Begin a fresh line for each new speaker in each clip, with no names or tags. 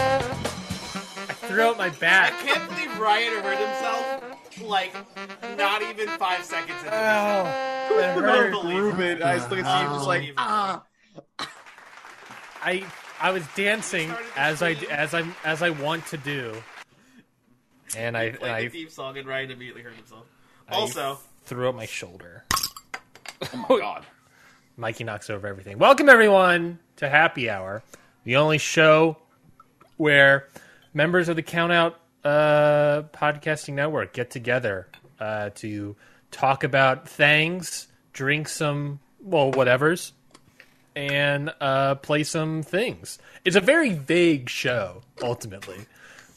I threw out my
I
bat.
can't believe Ryan hurt himself. Like, not even five seconds into this.
Ow, that hurt.
Uh, Ruben, I just look at Steve just like, ah.
I I was dancing
Started the
as I
scene.
as I am as I want to do, and I, and
Like
I
the theme song, and Ryan immediately hurt himself.
I
Also,
threw out my shoulder.
Oh my god.
Mikey knocks over everything. Welcome everyone to Happy Hour, the only show where members of the Countout uh, podcasting network get together uh, to talk about things, drink some well whatever's, and uh, play some things. It's a very vague show ultimately.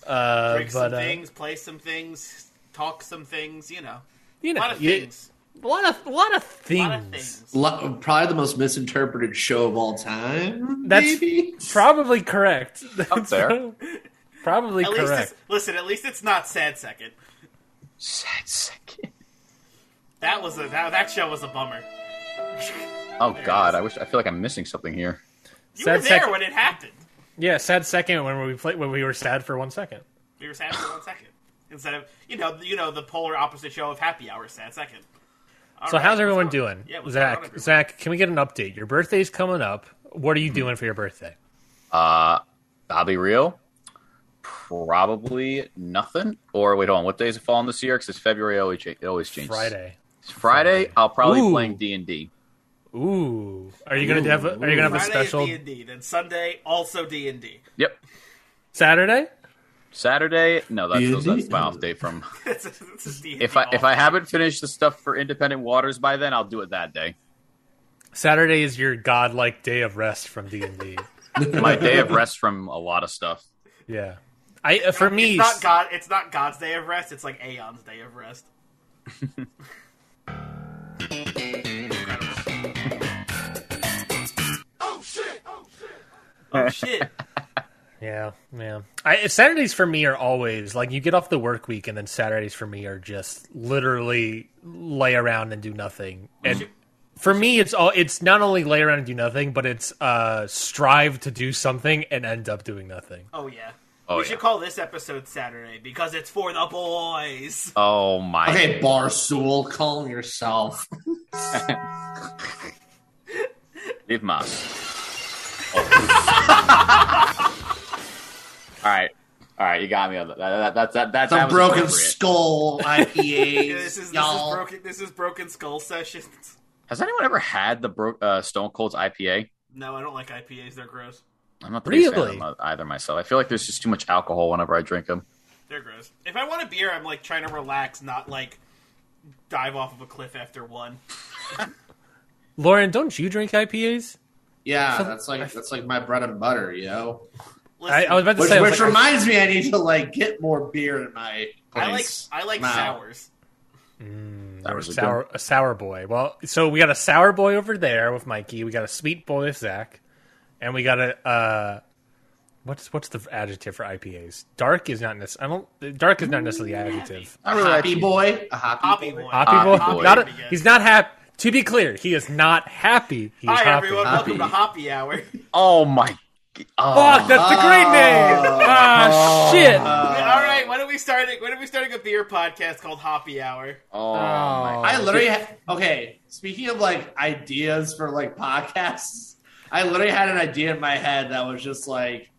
Uh,
drink
but
some
uh,
things, play some things, talk some things, you know.
you
A
know,
lot of
you-
things.
a lot of a lot of
A
things.
lot of things.
Lo- probably the most misinterpreted show of all time.
That's
maybe?
probably correct. That's
there.
probably
At least,
correct.
it's, listen, at least it's not Sad Second.
Sad second.
That was a that, that show was a bummer.
Oh God, I wish. I feel like I'm missing something here.
You
Sad
were there
Sec-
when it happened.
Yeah, sad second when we played when we were sad for one second.
We were sad for one second instead of you know you know the polar opposite show of Happy Hour, Sad Second. All
So
right,
how's
what's
everyone
up?
doing?
Yeah, what's going on,
Zach,
everyone?
Zach, can we get an update? Your birthday's coming up. What are
Hmm.
you doing for your birthday?
I'll be real. Probably nothing. Or wait, hold on. What days it falling this year? Because it's February. It always, cha- it always changes.
Friday.
It's Friday. I'll probably
Ooh.
be playing D and D.
Ooh, are you gonna have a, are you gonna have a
Friday
special
is D and D, then Sunday also D and D.
Yep.
Saturday?
Saturday. No, that's
D&D?
that's my off day from.
This is- this is D&D
If I if I
all-
haven't finished the stuff for Independent Waters by then, I'll do it that day.
Saturday is your godlike day of rest from D and D.
My day of rest from a lot of stuff.
Yeah, I uh, for me
it's not God, it's not God's day of rest. It's like Aeon's day of rest. oh shit!
Yeah, yeah. I, Saturdays for me are always like you get off the work week, and then Saturdays for me are just literally lay around and do nothing. And for me, it's all it's not only lay around and do nothing, but it's uh strive to do something and end up doing nothing.
Oh yeah.
Oh,
we
yeah.
should call this episode Saturday because it's for the boys.
Oh my.
Okay, Barstool, calm yourself.
Leave Moss. all right, all right, you got me on that. That, that, that, that, that
Some
was
broken
appropriate.
skull IPAs.
Yeah, this is this is
y'all.
broken. This is broken skull sessions.
Has anyone ever had the bro- uh, Stone Cold's IPA?
No, I don't like IPAs. They're gross.
I'm not the biggest fan of
Really?
them uh, either myself. I feel like there's just too much alcohol whenever I drink them.
They're gross. If I want a beer, I'm like trying to relax, not like dive off of a cliff after one.
Lauren, don't you drink IPAs?
yeah, that's like that's like my bread and butter, yo.
Listen,
I, I was about to
Which,
say, I was
which
like,
reminds me, I need to like get more beer in my.
I like
place.
I like
Wow.
sours.
That
a
was a good-
sour, a sour boy. Well, so we got a sour boy over there with Mikey. We got a sweet boy with Zach, and we got a uh, what's what's the adjective for IPAs? Dark is not necessarily. I don't. Dark is not necessarily adjective.
I
A
really like
hoppy boy, a hoppy,
Hoppy
boy.
boy.
Hoppy boy.
Hoppy boy.
Not a-
Hoppy, yes.
he's not happy. To be clear, he is not happy. He's
Hi
hoppy.
everyone,
Hoppy.
welcome to Hoppy Hour.
Oh my! Oh,
Fuck, that's the great name. Ah, shit.
All right, why don't we start? it- Why don't we starting a beer podcast called Hoppy Hour?
oh my-
I literally ha- okay. Speaking of like ideas for like podcasts, I literally had an idea in my head that was just like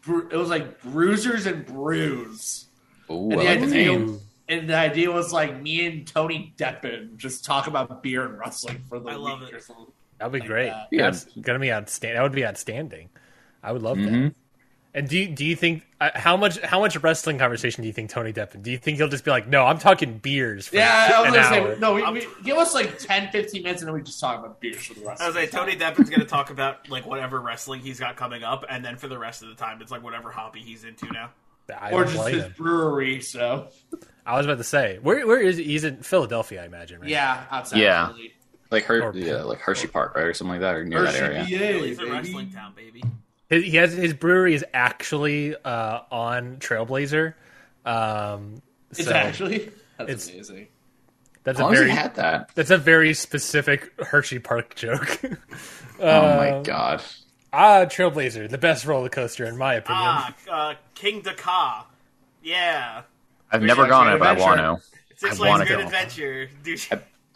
bru- it was like bruisers and brews,
Ooh,
and the
I like the
idea
name.
and the idea was like me and Tony Deppen just talk about beer and wrestling for the
I love
week
it.
or something.
That'd be great.
that.
Yeah.
That's gonna be outstanding. That would be outstanding. I would love that. And do you, do you think uh, how much how much wrestling conversation do you think Tony Deppen? Do you think he'll just be like, no, I'm talking beers? For
Yeah, I was
an
gonna
hour."
say no. We, we give us like 10, 15 minutes, and then we just talk about beers for the rest.
I was
of
like,
the time.
Tony Deppen's going to talk about like whatever wrestling he's got coming up, and then for the rest of the time, it's like whatever hobby he's into now.
I
or
don't
just
blame
his
him.
brewery. So
I was about to say, where where is he? he's in Philadelphia? I imagine, right?
yeah, outside.
Yeah.
of Philly.
Like her,
Or-
yeah, like Hershey Park, right, or something like that, or near
Or
that
should
area.
be it,
Philly's a
baby.
wrestling town, baby.
His, he has his brewery is actually uh, on Trailblazer. Um,
It's
so
actually that's
It's-
amazing.
that's
How
a
long has he
very
had that?
that's a very specific Hershey Park joke.
oh my god!
ah, Trailblazer, the best roller coaster in my opinion.
Ah, uh, King Dakar. Yeah.
I've never
should
gone
actually
it, but I
go back,
want to.
Six
I
Flags
wanna
Great
go.
Adventure. Dude,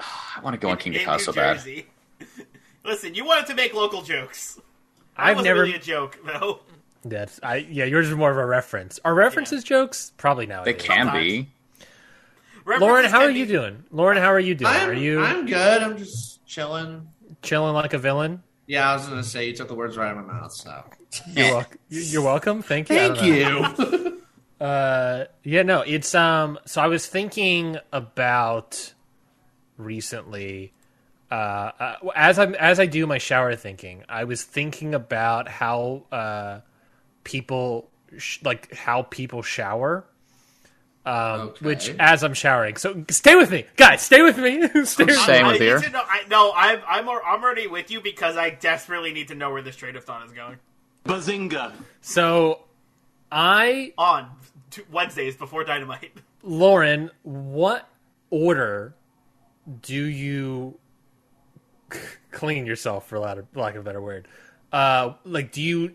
I want to go on King
in
Dakar
New
so bad.
Jersey. Listen, you wanted to make local jokes. That
I've
wasn't
never
really a joke, though.
that's I yeah yours is more of a reference. Are references jokes? Probably now.
They can be.
Lauren,
References
how
can
are
be-
you doing? Lauren, how are you doing?
I'm,
are you
I'm good. I'm just chilling.
chilling like a villain?
Yeah, I was gonna say you took the words right out of my mouth. So
You're, wel- you're welcome. Thank you. I
thank
don't know.
you.
Uh, yeah, no, it's um. So I was thinking about recently, uh, uh, as I'm as I do my shower thinking, I was thinking about how uh people sh- like how people shower. Um,
Okay.
which as I'm showering, so stay with me, guys. Stay with me. stay with
Same
I
with
need
you.
to know- I, no, I'm, I'm, al- I'm already with you because I desperately need to know where this trade of thought is going.
Bazinga.
So, I,
On t- Wednesdays before Dynamite.
Lauren, what order do you clean yourself, for lack of, lack of a better word? Uh, like, do you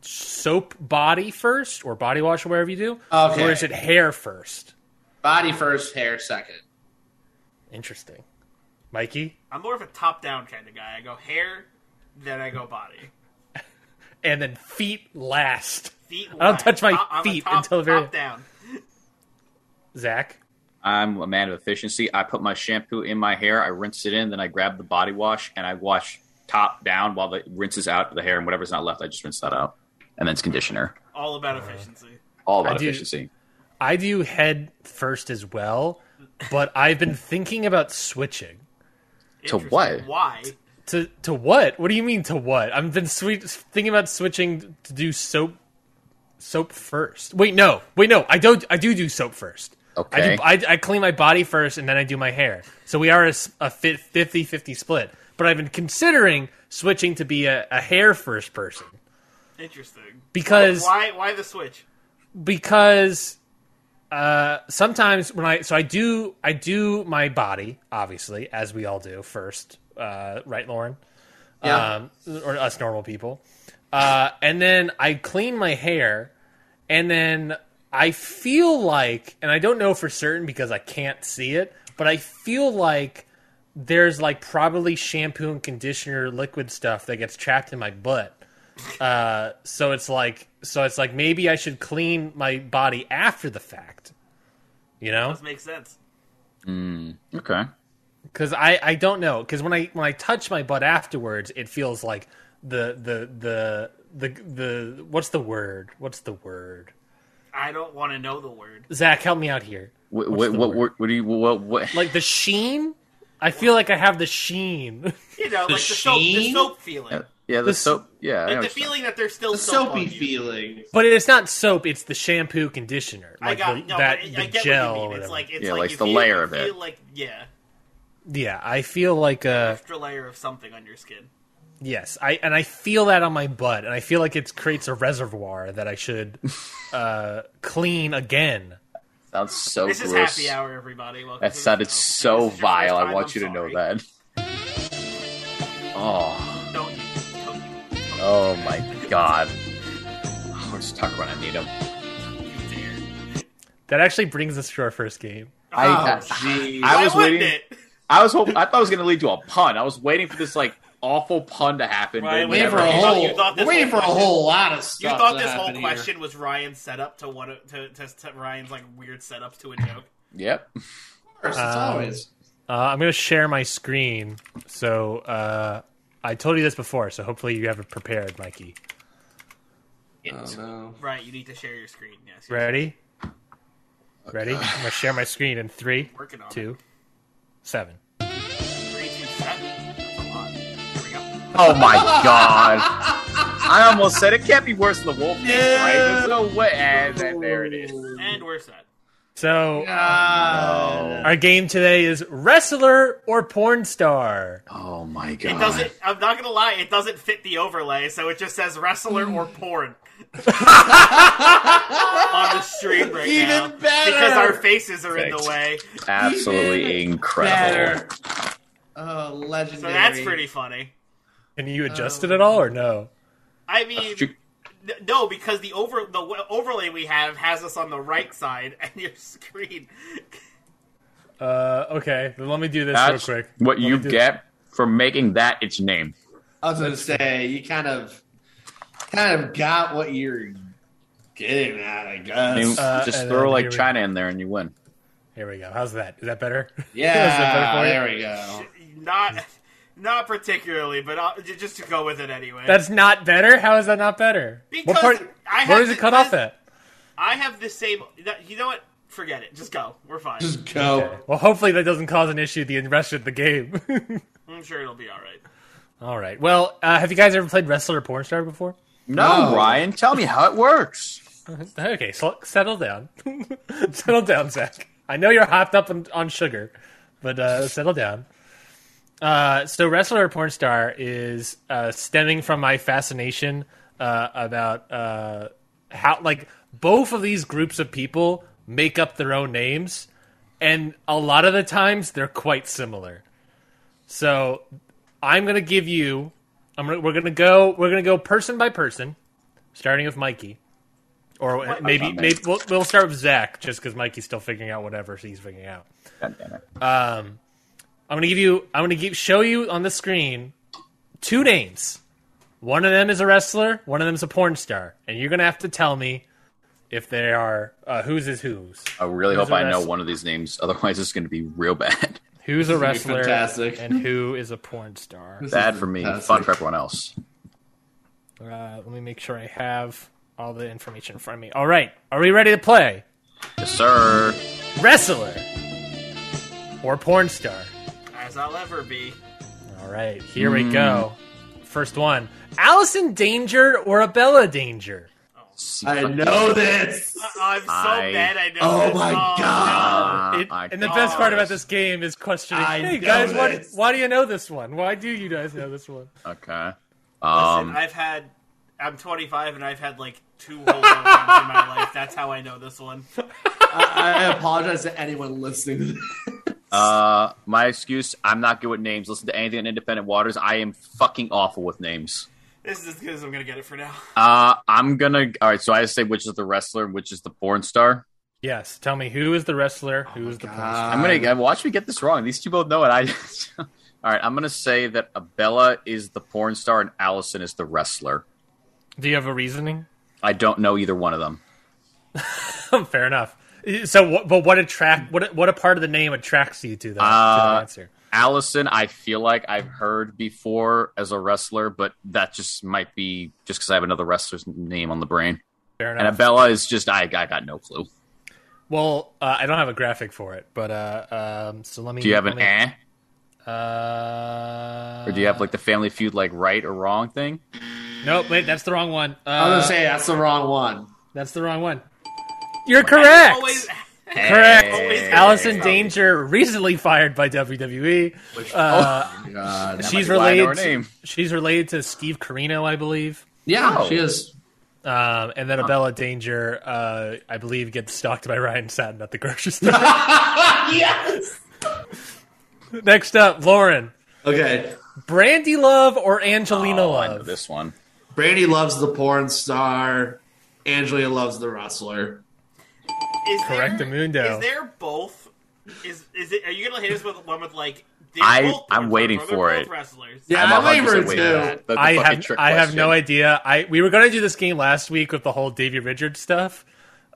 soap body first, or body wash, or whatever you do,
Okay.
or is it hair first?
Body first, hair second.
Interesting, Mikey.
I'm more of a top down kind of guy. I go hair, then I go body.
And then feet last.
Feet. I
don't touch my feet until the very-
top down.
Zach,
I'm a man of efficiency. I put my shampoo in my hair, I rinse it in, then I grab the body wash and I wash top down while it rinses out the hair and whatever's not left, I just rinse that out. And then it's conditioner.
All about efficiency.
All about
I do-
efficiency.
I do head first as well, but I've been thinking about switching.
To
Interesting.
what?
Why?
To to what? What do you mean to what? I've been sweet thinking about switching to do soap soap first. Wait, no, wait, no. I don't. I do do soap first.
Okay.
I, do, I, I clean my body first and then I do my hair. So we are a, s- a fit 50-50 split. But I've been considering switching to be a, a hair first person
Interesting.
because
Why? Why the switch?
because uh, sometimes when I so I do I do my body obviously as we all do first, uh, right, Lauren?
Yeah.
um, or us normal people. Uh, and then I clean my hair, and then I feel like, and I don't know for certain because I can't see it, but I feel like there's like probably shampoo and conditioner liquid stuff that gets trapped in my butt. Uh, so it's like, so it's like maybe I should clean my body after the fact, you know?
This makes sense.
Okay.
because I, I don't know because when I when I touch my butt afterwards, it feels like the the the the the what's the word? What's the word?
I don't want to know the word.
Zach, help me out here.
What
What's
what,
the
what,
word?
what what do you what what
Like the sheen. I feel like I have the sheen.
You know, like the soap, the
sheen?
soap feeling,
Yeah, the
The
soap yeah. I know
like the
what you're talking
feeling that there's still
The
soap on
soapy
you.
feeling.
But it's not soap. It's the shampoo conditioner.
I
Like
got
the,
no,
that
but
the
I, I get
gel.
what
or
you mean. It's
whatever.
like it's
Yeah,
like
like
you
the
feel-
layer
you
of it.
feel Like yeah,
yeah, I feel like uh
extra layer of something on your skin.
yes, I and I feel that on my butt, and I feel like it creates a reservoir that I should uh clean again.
about. Sounds so
This
Oh, gross.
is happy hour, everybody. Welcome
That
to the
sounded
show.
so
And if this is your first
vile. I
time,
want
I'm
you to know
sorry.
that. Oh,
Don't you? Don't you?
oh my god. Oh, Let's talk about Anita.
Oh, Don't you dare.
That actually brings us to our first game.
I,
Oh,
I,
jeez.
I was
Why wouldn't
waiting.
It?
I was hoping, I thought it was going to lead to a pun. I was waiting for this like awful pun to happen. but
Right, wait
it
Waiting
never
for a
You
happened.
thought-
whole,
you thought this
waiting for
whole
a whole lot of
You
stuff.
thought
to
this whole
happen here.
question was Ryan's setup to one of- to, to, to Ryan's like weird setup to a joke.
Yep.
Of course, it's
Um,
always.
Uh, I'm going to share my screen. So uh, I told you this before, so hopefully you have it prepared, Mikey.
It.
Oh no.
Right, you need to share your screen. Yes, you're
Ready? Ready? I'm gonna share my screen in three,
Working on
two, seven.
Three, two, seven. That's a lot. Here we go.
Oh my god! I almost said it can't be worse than the wolf. thing, Right? There's no way. And then there it is.
And where's that?
Oh,
So
Oh,
God.
our game today is wrestler or porn star.
Oh my god!
It doesn't. I'm not gonna lie. It doesn't fit the overlay, so it just says wrestler or
Mm.
porn on the stream right
Even
now.
better.
Because our faces are in the
Thanks.
way,
Absolutely
Even
incredible.
Better. Oh, legendary.
so that's pretty funny.
Can you adjust it at all or no?
I mean,
Ju-
n- no, because the over the w- overlay we have has us on the right side, and your screen.
Uh, okay, then let me do this
That's
real quick.
what
Let me
you
do-
get for making that its name.
I was gonna say you kind of, kind of got what you're getting at, I
I mean,
guess.
Uh,
just
and
throw
then
like
here we-
China in there and you win.
Here we go. How's that? Is that better? Is that better
yeah,
for you?
there we go.
Not, not particularly, but I'll, j- just to go with it anyway.
That's not better. How is that not better?
Because I
where
have
does it
to-
cut off at?
I have the same. that- You know what? Forget it. Just go. We're fine.
Just go.
Well, hopefully that doesn't cause an issue the rest of the game.
I'm sure it'll be all right.
All right. Well, uh, have you guys ever played wrestler or porn star before?
No,
No.
Ryan, tell me how it works.
Okay, so settle down. settle down, Zach. I know you're hopped up on, on sugar, but uh, settle down. Uh, so, wrestler or porn star is uh, stemming from my fascination uh, about uh, how, like, both of these groups of people make up their own names, and a lot of the times they're quite similar. So, I'm gonna give you. I'm gonna, we're gonna go. We're gonna go person by person, starting with Mikey, or maybe
Mikey.
maybe we'll, we'll start with Zach, just because Mikey's still figuring out whatever he's figuring out.
God damn it.
I'm gonna give you. I'm gonna give, show you on the screen two names. One of them is a wrestler. One of them is a porn star, and you're gonna have to tell me if they are uh, whose is whose.
I really
Those
hope
are
I know
best.
one of these names. Otherwise, it's going to be real bad.
Who's a
be
wrestler
fantastic.
and who is a porn star?
bad for me,
That's
fun
like-
for everyone else.
Uh, let me make sure I have all the information in front of me. All right, are we ready to play?
Yes, sir.
Wrestler or porn star?
As I'll ever be.
All right, here we go. First one Allison Danger or Abella Danger?
I know this.
I- I'm so
I-
bad I know
Oh
this.
my God.
Ah,
It-
I
and the
got
best part
it.
about this game is questioning
I
hey
know
guys, why,
this.
why do you know this one? Why do you guys know this one?
Okay.
Listen,
Um,
I've had. I'm 25 and I've had like two whole attempts in my life. That's how I know this one.
I, I apologize to anyone listening. to this.
uh, my excuse: I'm not good with names. Listen to anything on Independent Waters. I am fucking awful with names.
This is as good as I'm gonna get it for now.
Uh, I'm gonna. All right, so I say which is the wrestler and which is the porn star.
Yes, tell me who is the wrestler,
Oh
who is the porn star?
I'm gonna uh, watch me get this wrong. These two both know it. I. all right, I'm gonna say that Abella is the porn star and Allison is the wrestler.
Do you have a reasoning?
I don't know either one of them.
Fair enough. So, what, but what attract what what a part of the name attracts you to that, to that
Uh,
answer?
Allison, I feel like I've heard before as a wrestler, but that just might be just because I have another wrestler's name on the brain.
Fair enough.
And Abella is just I, I got no clue.
well, uh, I don't have a graphic for it, but uh, um, so let me.
Do you have an
let me-
eh,
Uh,
or do you have like the Family Feud like right or wrong thing?
Nope, wait, that's the wrong one. Uh,
I'm gonna say that's the wrong one.
that's the wrong one. You're
I
correct.
Always,
Eh.
Correct.
Always get it.
Allison Danger, recently fired by WWE. Uh,
God.
she's
might be why I know
related.
her
To,
name.
she's related to Steve Carino, I believe.
Yeah,
Oh.
she is.
Um, and then Abella Danger, uh, I believe, gets stalked by Ryan Satin at the grocery store.
Yes.
Next up, Lauren.
Okay.
Brandy Love or Angelina
Oh, I know
Love?
this one.
Brandy loves the porn star. Angela loves the wrestler.
is
Correct,
there-
Amundo.
Is there both? Is is it? Are you gonna hit us with one with like?
I-
they're both
I'm
porn
waiting
stars or they're
for
both
it.
Wrestlers.
Yeah,
I'm
I'm
100%
waiting
waiting for
too.
that. The- the
I
fucking
have
trick
I have no
question.
idea. I we were going to do this game last week with the whole Davy Richards stuff,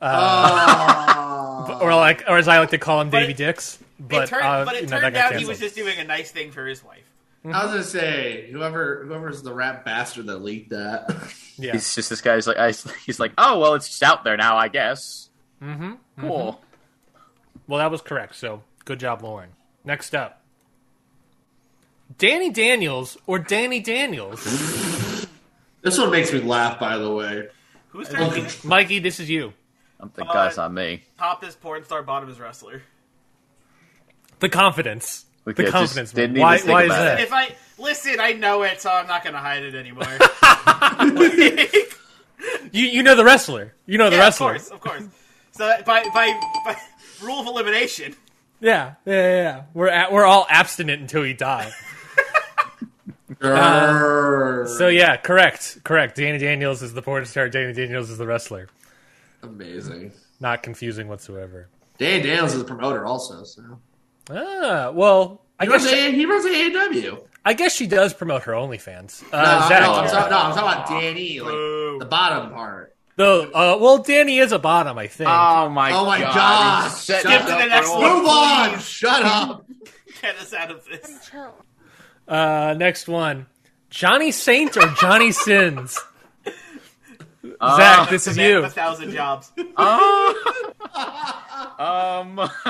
Uh.
Oh.
or like or as I like to call him, Davy
Uh, it-
Dix. But
But it turned,
uh,
but it
you know, that
turned
got
out he was
canceled.
just doing a nice thing for his wife.
Oh. I was gonna say whoever whoever's the rap bastard that leaked that.
Yeah.
He's just this guy's like I, he's like, oh well, it's just out there now, I guess.
mm-hmm.
Cool.
Well, that was correct. So good job, Lauren. Next up, Danny Daniels or Danny Daniels.
This one makes me laugh, by the way.
Who's turn?
Okay.
Mikey, this is you.
I'm thinking, God, it's not me.
Top is porn star, bottom is wrestler.
The confidence.
We
the
just
confidence. man.
didn't even
Why,
think
why is
about
that?
If I listen, I know it, so I'm not gonna hide it anymore.
You, you know the wrestler. You know the
Yeah,
wrestler.
Of course, of course. So by by by rule of elimination,
Yeah, yeah, yeah. yeah. We're at, we're all abstinent until you die.
Uh,
Grrr.
so yeah, correct, correct. Danny Daniels is the porn star. Danny Daniels is the wrestler.
amazing.
Not confusing whatsoever.
Dan Daniels is a promoter also, so
Ah, well, I
he runs,
guess she,
a, he runs AEW.
I guess she does promote her OnlyFans. Uh,
no,
Zach,
no, I'm sorry, no, I'm talking about Danny, like
Boo.
the bottom part.
Though, uh, well, Danny is a bottom, I think.
Oh my!
Oh my
God!
God.
He's setting
Skip
us
to
up
the
for
next
all-
one.
Move on,
please.
shut up.
get us out of this.
Uh, next one, Johnny Saint or Johnny Sins?
Oh.
Uh,
Zach, this
The
is
man with
you.
A thousand jobs.
um.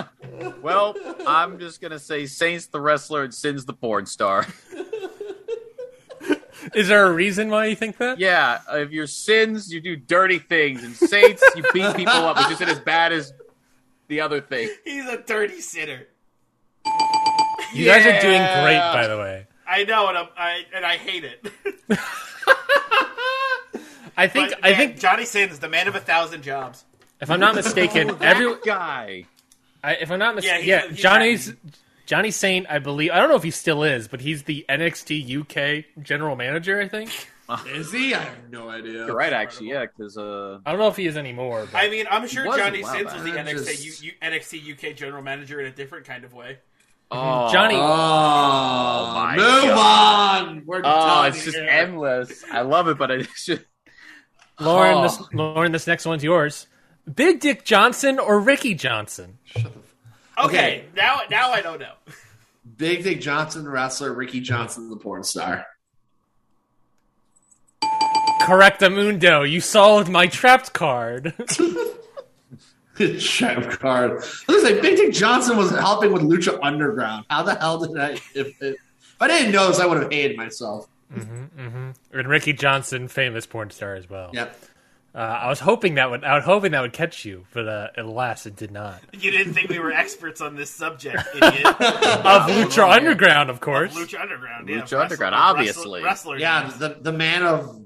Well, I'm just gonna say Saints the wrestler and Sin's the porn star.
Is there a reason why you think that?
Yeah, if you're Sins, you do dirty things, and Saints, you beat people up, which isn't as bad as the other thing.
He's a dirty sinner.
you guys are doing great, by the way.
I know, and I'm, I and I hate it.
I think
But
I
man,
think
Johnny Sins, the man of a thousand jobs.
if I'm not mistaken, every
That guy.
I, if I'm not
Yeah,
mistaken,
he's-
yeah,
he's
Johnny's Johnny Saint, I believe. I don't know if he still is, but he's the NXT UK general manager. I think.
Is he? I have no idea.
You're right, actually, yeah, because uh,
I don't know if he is anymore. But
I mean, I'm sure
was a
Johnny
while
Sins
back.
was the
I'm
NXT,
just-
U, U, NXT UK general manager in a different kind of way.
oh,
Johnny-
Oh,
my
move
God.
on. We're
Oh,
done
it's just
here.
endless. I love it, but I just
Lauren,
Oh.
this Lauren, this next one's yours. Big Dick Johnson or Ricky Johnson?
Okay,
Okay.
now now I don't know.
Big Dick Johnson, the wrestler, Ricky Johnson, the porn star.
Correctamundo, you solved my trapped card.
Champ card. I was gonna say Big Dick Johnson was helping with Lucha Underground. How the hell did I? If, it, if I didn't know this, I would have hated myself.
Mm-hmm. and Ricky Johnson, famous porn star as well.
Yep.
Uh, I was hoping that would I was hoping that would catch you, but uh, alas, it did not.
You didn't think we were experts on this subject, idiot.
Of Lucha Underground, of course.
Lucha Underground, yeah.
Lucha
wrestler-
Underground,
wrestler-
obviously.
Wrestler,
Yeah, the the man of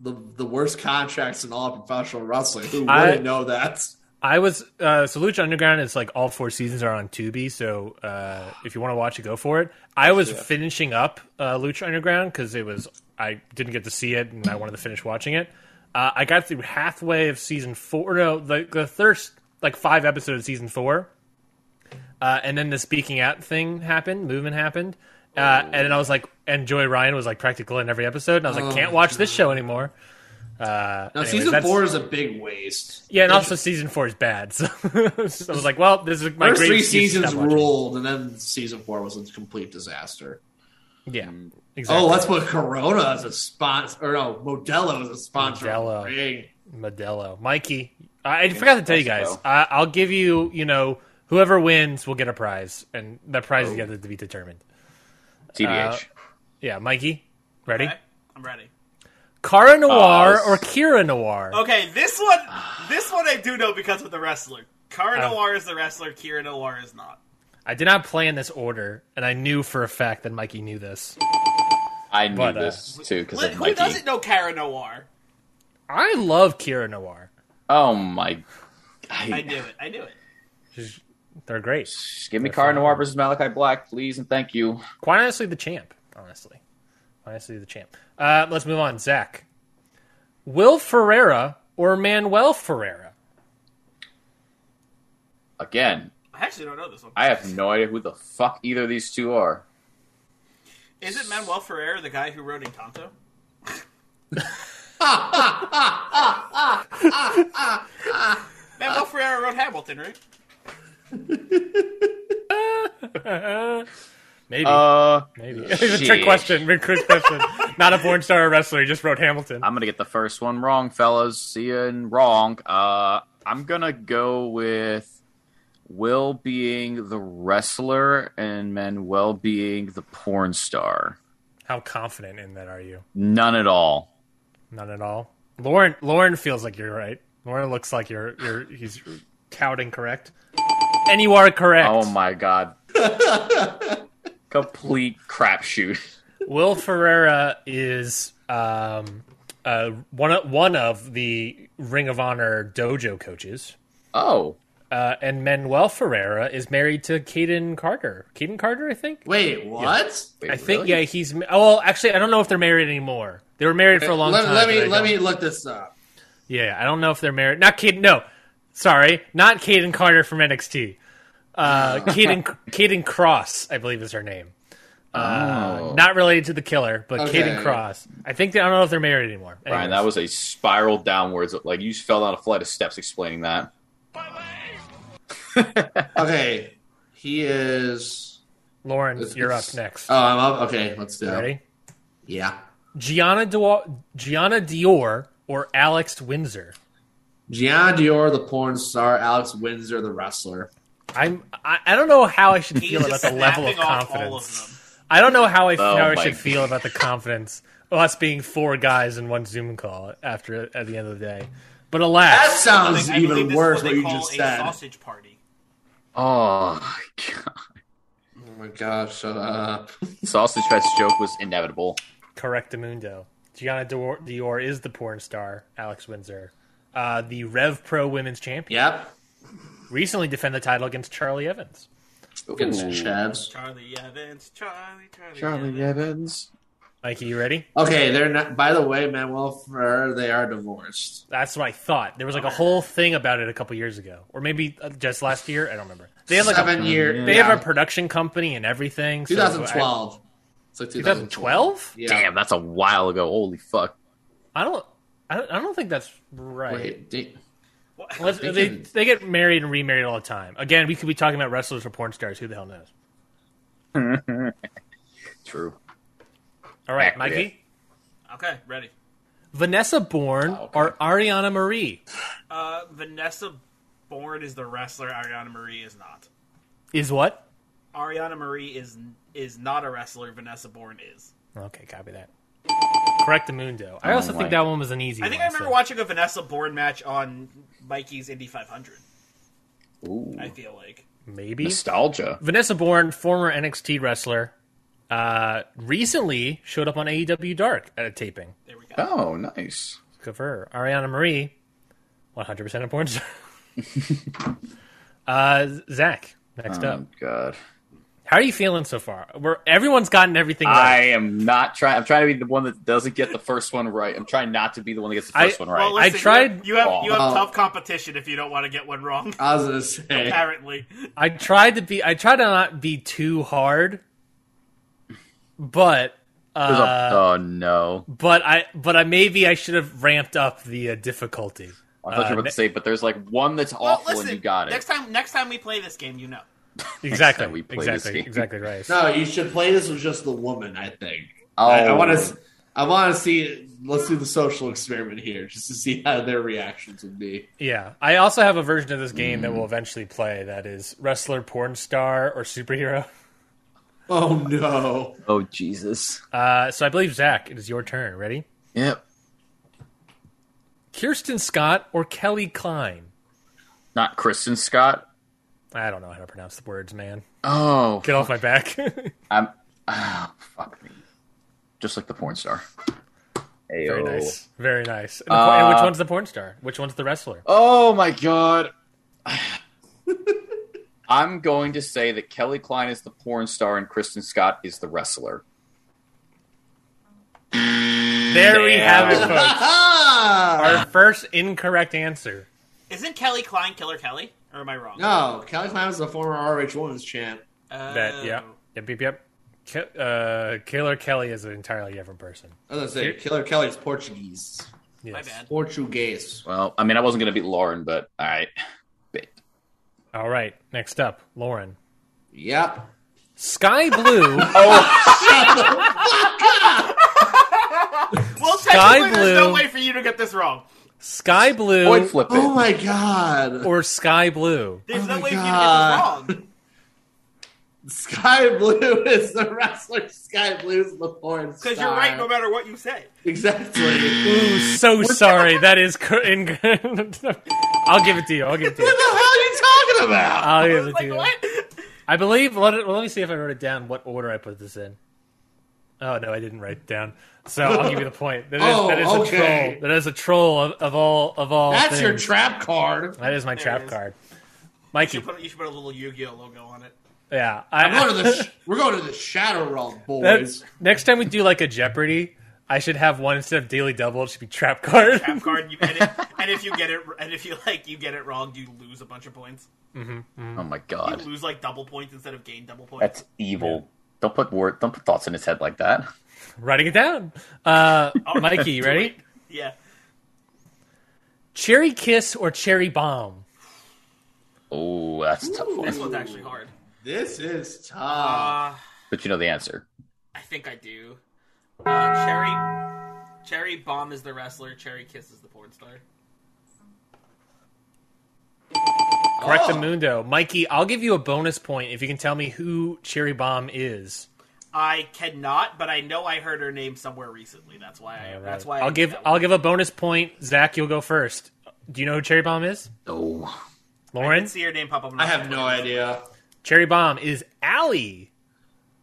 the the worst contracts in all of professional wrestling. Who
I-
wouldn't know that?
I was uh, so Lucha Underground is like all four seasons are on Tubi, so uh, if you want to watch it, go for it. I was finishing up uh, Lucha Underground because it was I didn't get to see it and I wanted to finish watching it. Uh, I got through halfway of season four, no, the, the first like five episodes of season four, uh, and then the speaking out thing happened, movement happened, uh,
Oh.
and then I was like, and Joy Ryan was like practical in every episode, and I was like, can't watch this show anymore. Uh,
Oh, Now,
anyways,
season
that's-
four is a big waste.
yeah, and also season four is bad. So, so I was like, well, this is my
First
great
three
excuse to
seasons
stop watching.
ruled, and then season four was a complete disaster.
Yeah, exactly.
Oh, let's put Corona as a sponsor, or no, Modelo as a sponsor.
Modelo.
Ring.
Modelo, Mikey. I, I forgot to tell you guys.
Espo.
I, I'll give you. You know, whoever wins will get a prize, and that prize is yet to be determined.
TBH.
Yeah, Mikey, ready?
Okay, I'm ready.
Cara Noir
Uh,
or Kira Noir?
Okay, this one, this one I do know because of the wrestler. Cara
Oh.
Noir is the wrestler. Kira Noir is not.
I did not play in this order, and I knew for a fact that Mikey knew this.
I knew
But, uh,
this too because
Who
of Mikey.
doesn't know Cara Noir?
I love Kira Noir.
Oh my!
I
I,
knew it. I knew it.
She's, they're great.
just give me Cara Noir versus Malachi Black, please, and thank you.
Quite honestly, the champ. Honestly, honestly, the champ. Uh, let's move on. Zach, Will Ferreira or Manuel Ferreira?
Again,
I actually don't know this one.
I have no idea who the fuck either of these two are.
Is it Manuel Ferrer, the guy who wrote Encanto? Manuel Ferrer wrote Hamilton, right?
Maybe,
Uh,
maybe. it's a
shit. Uh,
Uh, trick question. Big trick question. Not a porn star or wrestler. He just wrote Hamilton.
I'm gonna get the first one wrong, fellas. See you in wrong. Uh, I'm gonna go with Will being the wrestler and Manuel being the porn star.
How confident in that are you?
None at all.
Not at all. Lauren Lauren feels like you're right. Lauren looks like you're you're he's touting correct. And you are correct.
Oh my god. Complete crapshoot.
Will Ferreira is um uh one of, one of the Ring of Honor dojo coaches.
Oh,
Uh, and Manuel Ferreira is married to Caden Carter. Caden Carter, I think.
Wait, what?
wait,
I think yeah,
really?
he's ma- oh, well, actually, I don't know if they're married anymore. They were married for a long
let,
time.
let
but I
me let
don't-
me look this up.
Yeah, I don't know if they're married. Not Caden. No, sorry, not Caden Carter from NXT. Uh, Caden Caden Cross, I believe, is her name. Uh,
Oh.
Not related to the killer, but
Okay.
Caden Cross. I think they, I don't know if they're married anymore.
Brian, that
Anyways.
was a spiral downwards. Like you just fell down a flight of steps explaining that.
Okay, he is.
Lauren.
It's-
You're up
it's-
next.
Oh, I'm up. Okay, let's do it.
Ready?
Yeah,
Gianna Dior, Gianna Dior or Alex Windsor.
Gianna Dior, the porn star, Alex Windsor, the wrestler.
I'm. I, I don't know how I should
He's
feel about
just
the level of
snapping off all of them.
confidence. I don't know how I,
Oh
how I
my
should feel about the confidence of us being four guys in one Zoom call after at the end of the day. But
That
alas,
sounds
I believe this
even
is
worse.
What
What
they
you
call
just
a
said.
sausage party.
Oh my god.
Oh my gosh, shut up.
Sausage Fest joke was inevitable.
correctamundo. Gianna Dior, Dior is the porn star. Alex Windsor, uh, the Rev Pro Women's Champion,
yep.
recently defended the title against Charlie Evans.
Against
Ooh.
Chavs.
Charlie Evans, Charlie, Charlie,
Evans.
Mikey, you ready?
Okay, they're not. By the way, Manuel Ferrer, they are divorced.
That's what I thought. There was like a whole thing about it a couple years ago, or maybe uh, just last year. I don't remember. They have like a
seven year.
They
yeah,
have a production company and everything. so I-
2012. It's like
2012?
Yeah.
Damn, that's a while ago. Holy fuck.
I don't. I don't, I don't think that's right.
Wait, da-
What?
Unless-
I'm
they,
thinking-
they get married and remarried all the time. Again, we could be talking about wrestlers or porn stars. Who the hell knows?
True.
All right,
Accurate.
Mikey.
Okay, ready.
Vanessa Bourne
okay.
or Ariana Marie
Uh, Vanessa Bourne is the wrestler. Ariana Marie is not.
is what?
Ariana Marie is is not a wrestler. Vanessa Bourne is.
Okay, copy that. Correct Mundo. I also
Oh,
think
my.
that one was an easy
I think
one,
I remember
so-
watching a Vanessa Bourne match on Mikey's Indy 500.
Ooh.
I feel like
Maybe.
Nostalgia.
Vanessa Bourne, former NXT wrestler, uh, recently showed up on AEW Dark at a taping.
there we go.
Oh, nice.
Good for her. Ariana Marie, 100% of porn star. uh, Zach, next up.
Oh, God.
How are you feeling so far? We're, everyone's gotten everything
I
right.
am not trying. I'm trying to be the one that doesn't get the first one right. I'm trying not to be the one that gets the
I-
first one right.
Well, listen,
I tried-
You have you have, you have
Oh.
tough competition if you don't want to get one wrong.
I was gonna say.
Apparently,
I tried to be, I tried to not be too hard, but,
There's a-
uh,
oh, no.
but I, but I maybe I should have ramped up the uh, difficulty.
I thought you were about
ne-
to say, but there's like one that's
uh, well,
awful
listen.
and you got it.
Next time, next time we play this game, you know.
Exactly.
time we play this
exactly.
game.
Exactly right.
No, you should play this with just the woman. I think.
oh,
I want to. I want to see. Let's do the social experiment here, just to see how their reactions would be.
Yeah. I also have a version of this game
Mm.
that we'll eventually play that is wrestler, porn star, or superhero.
Oh no!
Oh, Jesus.
Uh, so I believe, Zach, it is your turn. Ready?
Yep.
Kirsten Scott or Kelly Klein?
Not Kristen Scott.
I don't know how to pronounce the words, man.
Oh,
Get off my back.
I'm. Oh, fuck me. Just like the porn star. Ayo.
Very nice. Very nice. And, the por- and which one's the porn star? Which one's the wrestler?
Oh my god. I'm going to say that Kelly Klein is the porn star and Kristen Scott is the wrestler.
there we have it, folks.
Ah!
Our first incorrect answer.
Isn't Kelly Klein Killer Kelly? Or am I wrong?
No, Kelly Klein was a former RH Women's champ.
Oh.
That, yeah. Yep, yep, yep. Ke- uh, Killer Kelly is an entirely different person.
I was gonna say Killer Kelly's Portuguese.
Yes.
My bad.
Portuguese.
Well, I mean, I wasn't going to beat Lauren, but I. But
All right. Next up, Lauren.
Yep.
Sky Blue.
Well,
Sky
technically, there's no
blue.
way for you to get this wrong.
Sky
Coin
blue
flip it.
Oh my god.
or sky blue.
There's
Oh
no
my
way for you to get
God.
this wrong.
Sky Blue is the wrestler. Sky Blue is the porn star.
Because you're right no matter what you say.
Exactly.
Ooh, so sorry. That is. Cr- in- I'll give it to you. I'll give it to
what
you.
the hell are you talking about?
I'll
I
give
was
it to
like,
you.
what?
I believe. Let, it, let me see if I wrote it down. What order I put this in? Oh no, I didn't write it down. So I'll give you the point. That is,
Oh,
that is
okay.
a troll. That is a troll of, of all of all.
That's your
things.
trap card.
That is my
There
trap
it is.
card,
You
Mikey.
should, put, you should put a little Yu-Gi-Oh logo on it.
Yeah,
I'm going to the sh- we're going to the Shadow Realm, boys.
That's- next time we do like a Jeopardy, I should have one instead of Daily Double. It should be Trap Card.
Trap card. You get it, and if you get it, and if you like, you get it wrong, you lose a bunch of points.
Oh my
You
god,
lose like double points instead of gain double points.
that's evil. Don't put word, don't put thoughts in his head like that.
Writing it down. Uh,
Oh.
All right,
Mikey, you
do
ready?
it. Yeah.
Cherry Kiss or Cherry Bomb?
Oh, that's a tough.
Ooh.
One.
This one's actually hard.
This is
Uh,
tough.
But you know the answer.
I think I do. Uh, Cherry, Cherry Bomb is the wrestler. Cherry Kiss is the porn star.
Correct
Oh.
Mundo. Mikey, I'll give you a bonus point if you can tell me who Cherry Bomb is.
I cannot, but I know I heard her name somewhere recently. That's why. I, That's why. I
I'll
did
give
that
I'll
one.
give a bonus point. Zach, you'll go first. Do you know who Cherry Bomb is?
Oh,
I
Lauren?
didn't see her name pop up.
I have no idea.
Cherry Bomb is Allie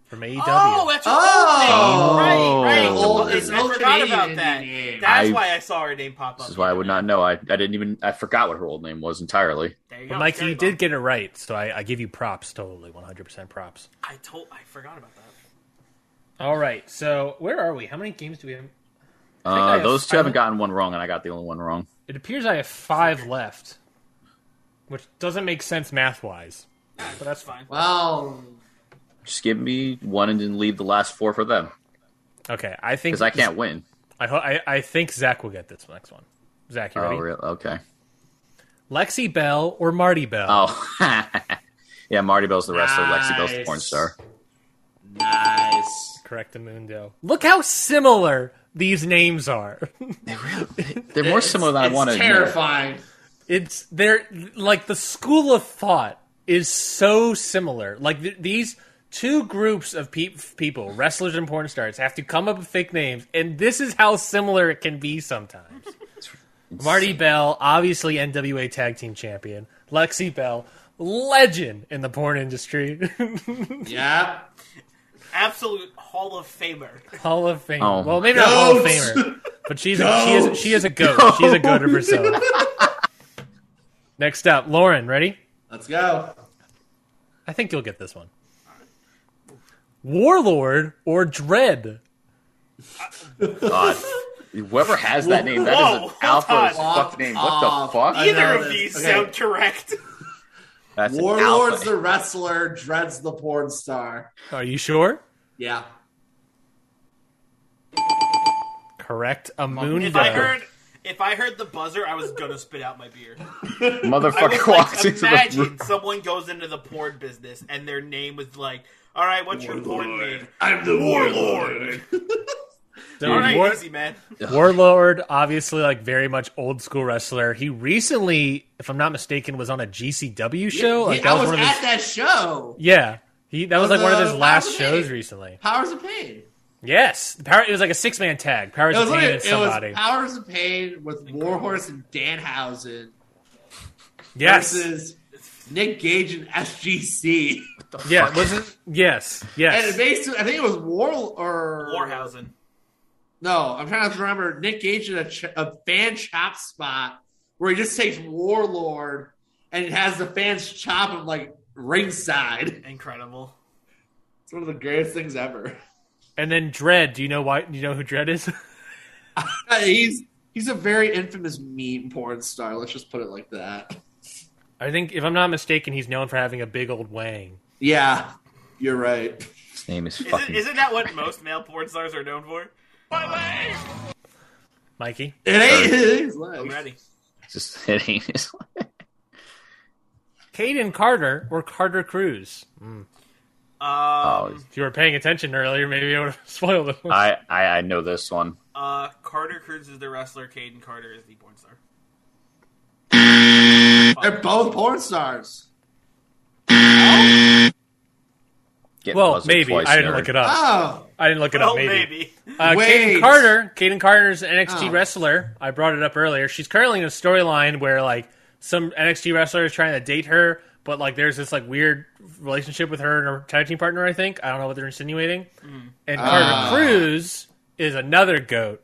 from E AEW.
Oh, that's her
Oh.
old name. Right, right.
Oh.
I
It's old
forgot about
Canadian
that.
name.
That's
I-
why I saw her name pop up.
this is why I would not know. I, I didn't even I forgot what her old name was entirely.
There you go.
But Mikey,
Cherry
you
Bomb.
did get it right, so I, I give you props totally, 100% props.
I told. I forgot about that.
All right, so where are we? How many games do we have? I
Uh,
have-
those two
I
haven't
have-
gotten one wrong, and I got the only one wrong.
It appears I have five left, which doesn't make sense math wise, but that's fine.
Fine.
Well,
Just give me one and then leave the last four for them
Okay, I think
because I can't win.
I, ho- I I think Zach will get this next one. Zach, you
Oh,
ready?
really? Okay.
Lexi Bell or Marty Bell?
Oh, yeah. Marty Bell's the wrestler. Lexi Bell's the
Nice.
porn star.
nice.
Correct, Amundo. Look how similar these names are.
They're more similar than I
It's
want to.
Terrifying.
it's they're like the school of thought is so similar. Like th- these two groups of peop people, wrestlers and porn stars, have to come up with fake names, and this is how similar it can be sometimes. Marty Bell, obviously NWA Tag Team Champion. Lexi Bell, legend in the porn industry,
Yeah.
Absolute Hall of Famer.
Hall of Fame.
Oh.
Well, maybe not Hall of
Goats.
Famer, but she's a, she is she is a goat. She's a goat of herself. Next up, Lauren. Ready?
Let's go.
I think you'll get this one. Warlord or Dread?
God. Whoever has that name, that is
Whoa,
an
hold
alpha as
on. Uh,
fuck name. What
Off.
the fuck?
I know
Either of
this.
these
Okay.
sound correct.
That's an
Warlord's
alpha.
the wrestler, dreads the porn star.
Are you sure?
Yeah.
Correct,
If I
Amundo.
heard, if I heard the buzzer, I was gonna spit out my beer. I was
motherfucker walks
like,
into the
imagine
room.
someone goes into the porn business and their name was like, "All right, what's your porn name?"
I'm the warlord.
So
All right,
War-
easy man.
Warlord, obviously, like very much old school wrestler. He recently, if I'm not mistaken, was on a GCW show. Like,
Yeah,
that
I
was
was,
one of
at
his-
that show.
Yeah, he that was
Was,
like one of
uh,
his last
Powers of
shows
Pain.
recently.
Powers of Pain.
Yes, The power. It was like a six man tag. Powers
It was,
of Pain
literally-
and
it was
somebody.
Powers of Pain with Warhorse and Danhausen
yes,
versus Nick Gage and SGC.
yeah, wasn't yes, yes.
And it basically, I think it was War or
Warhausen.
No, I'm trying to remember Nick Gage in a, ch- a fan chop spot where he just takes Warlord and has the fans chop him like ringside.
Incredible.
It's one of the greatest things ever.
and then Dread. Do you know why? Do you know who Dread is?
Uh, He's he's a very infamous meme porn star. Let's just put it like that.
I think, if I'm not mistaken, he's known for having a big old wang.
Yeah, you're right.
His name is
Isn't,
fucking.
isn't that what most male porn stars are known for? My leg.
Mikey,
It ain't his legs.
I'm ready.
just it ain't his-
Caden Carter or Carter Cruz?
Oh,
Um,
If you were paying attention earlier, maybe I would have spoiled it.
I, I I know this one.
uh, Carter Cruz is the wrestler. Caden Carter is the porn star.
They're both porn stars.
Getting
well,
buzzed
maybe
twice,
I didn't
nerd.
look it up.
Oh,
I didn't look it
Well,
up. Maybe.
maybe.
Uh, Caden
Wait.
Carter. Caden Carter's an NXT
Oh.
wrestler. I brought it up earlier. She's currently in a storyline where like some NXT wrestler is trying to date her, but like there's this like weird relationship with her and her tag team partner. I think I don't know what they're insinuating. And Carter
Ah.
Cruz is another goat.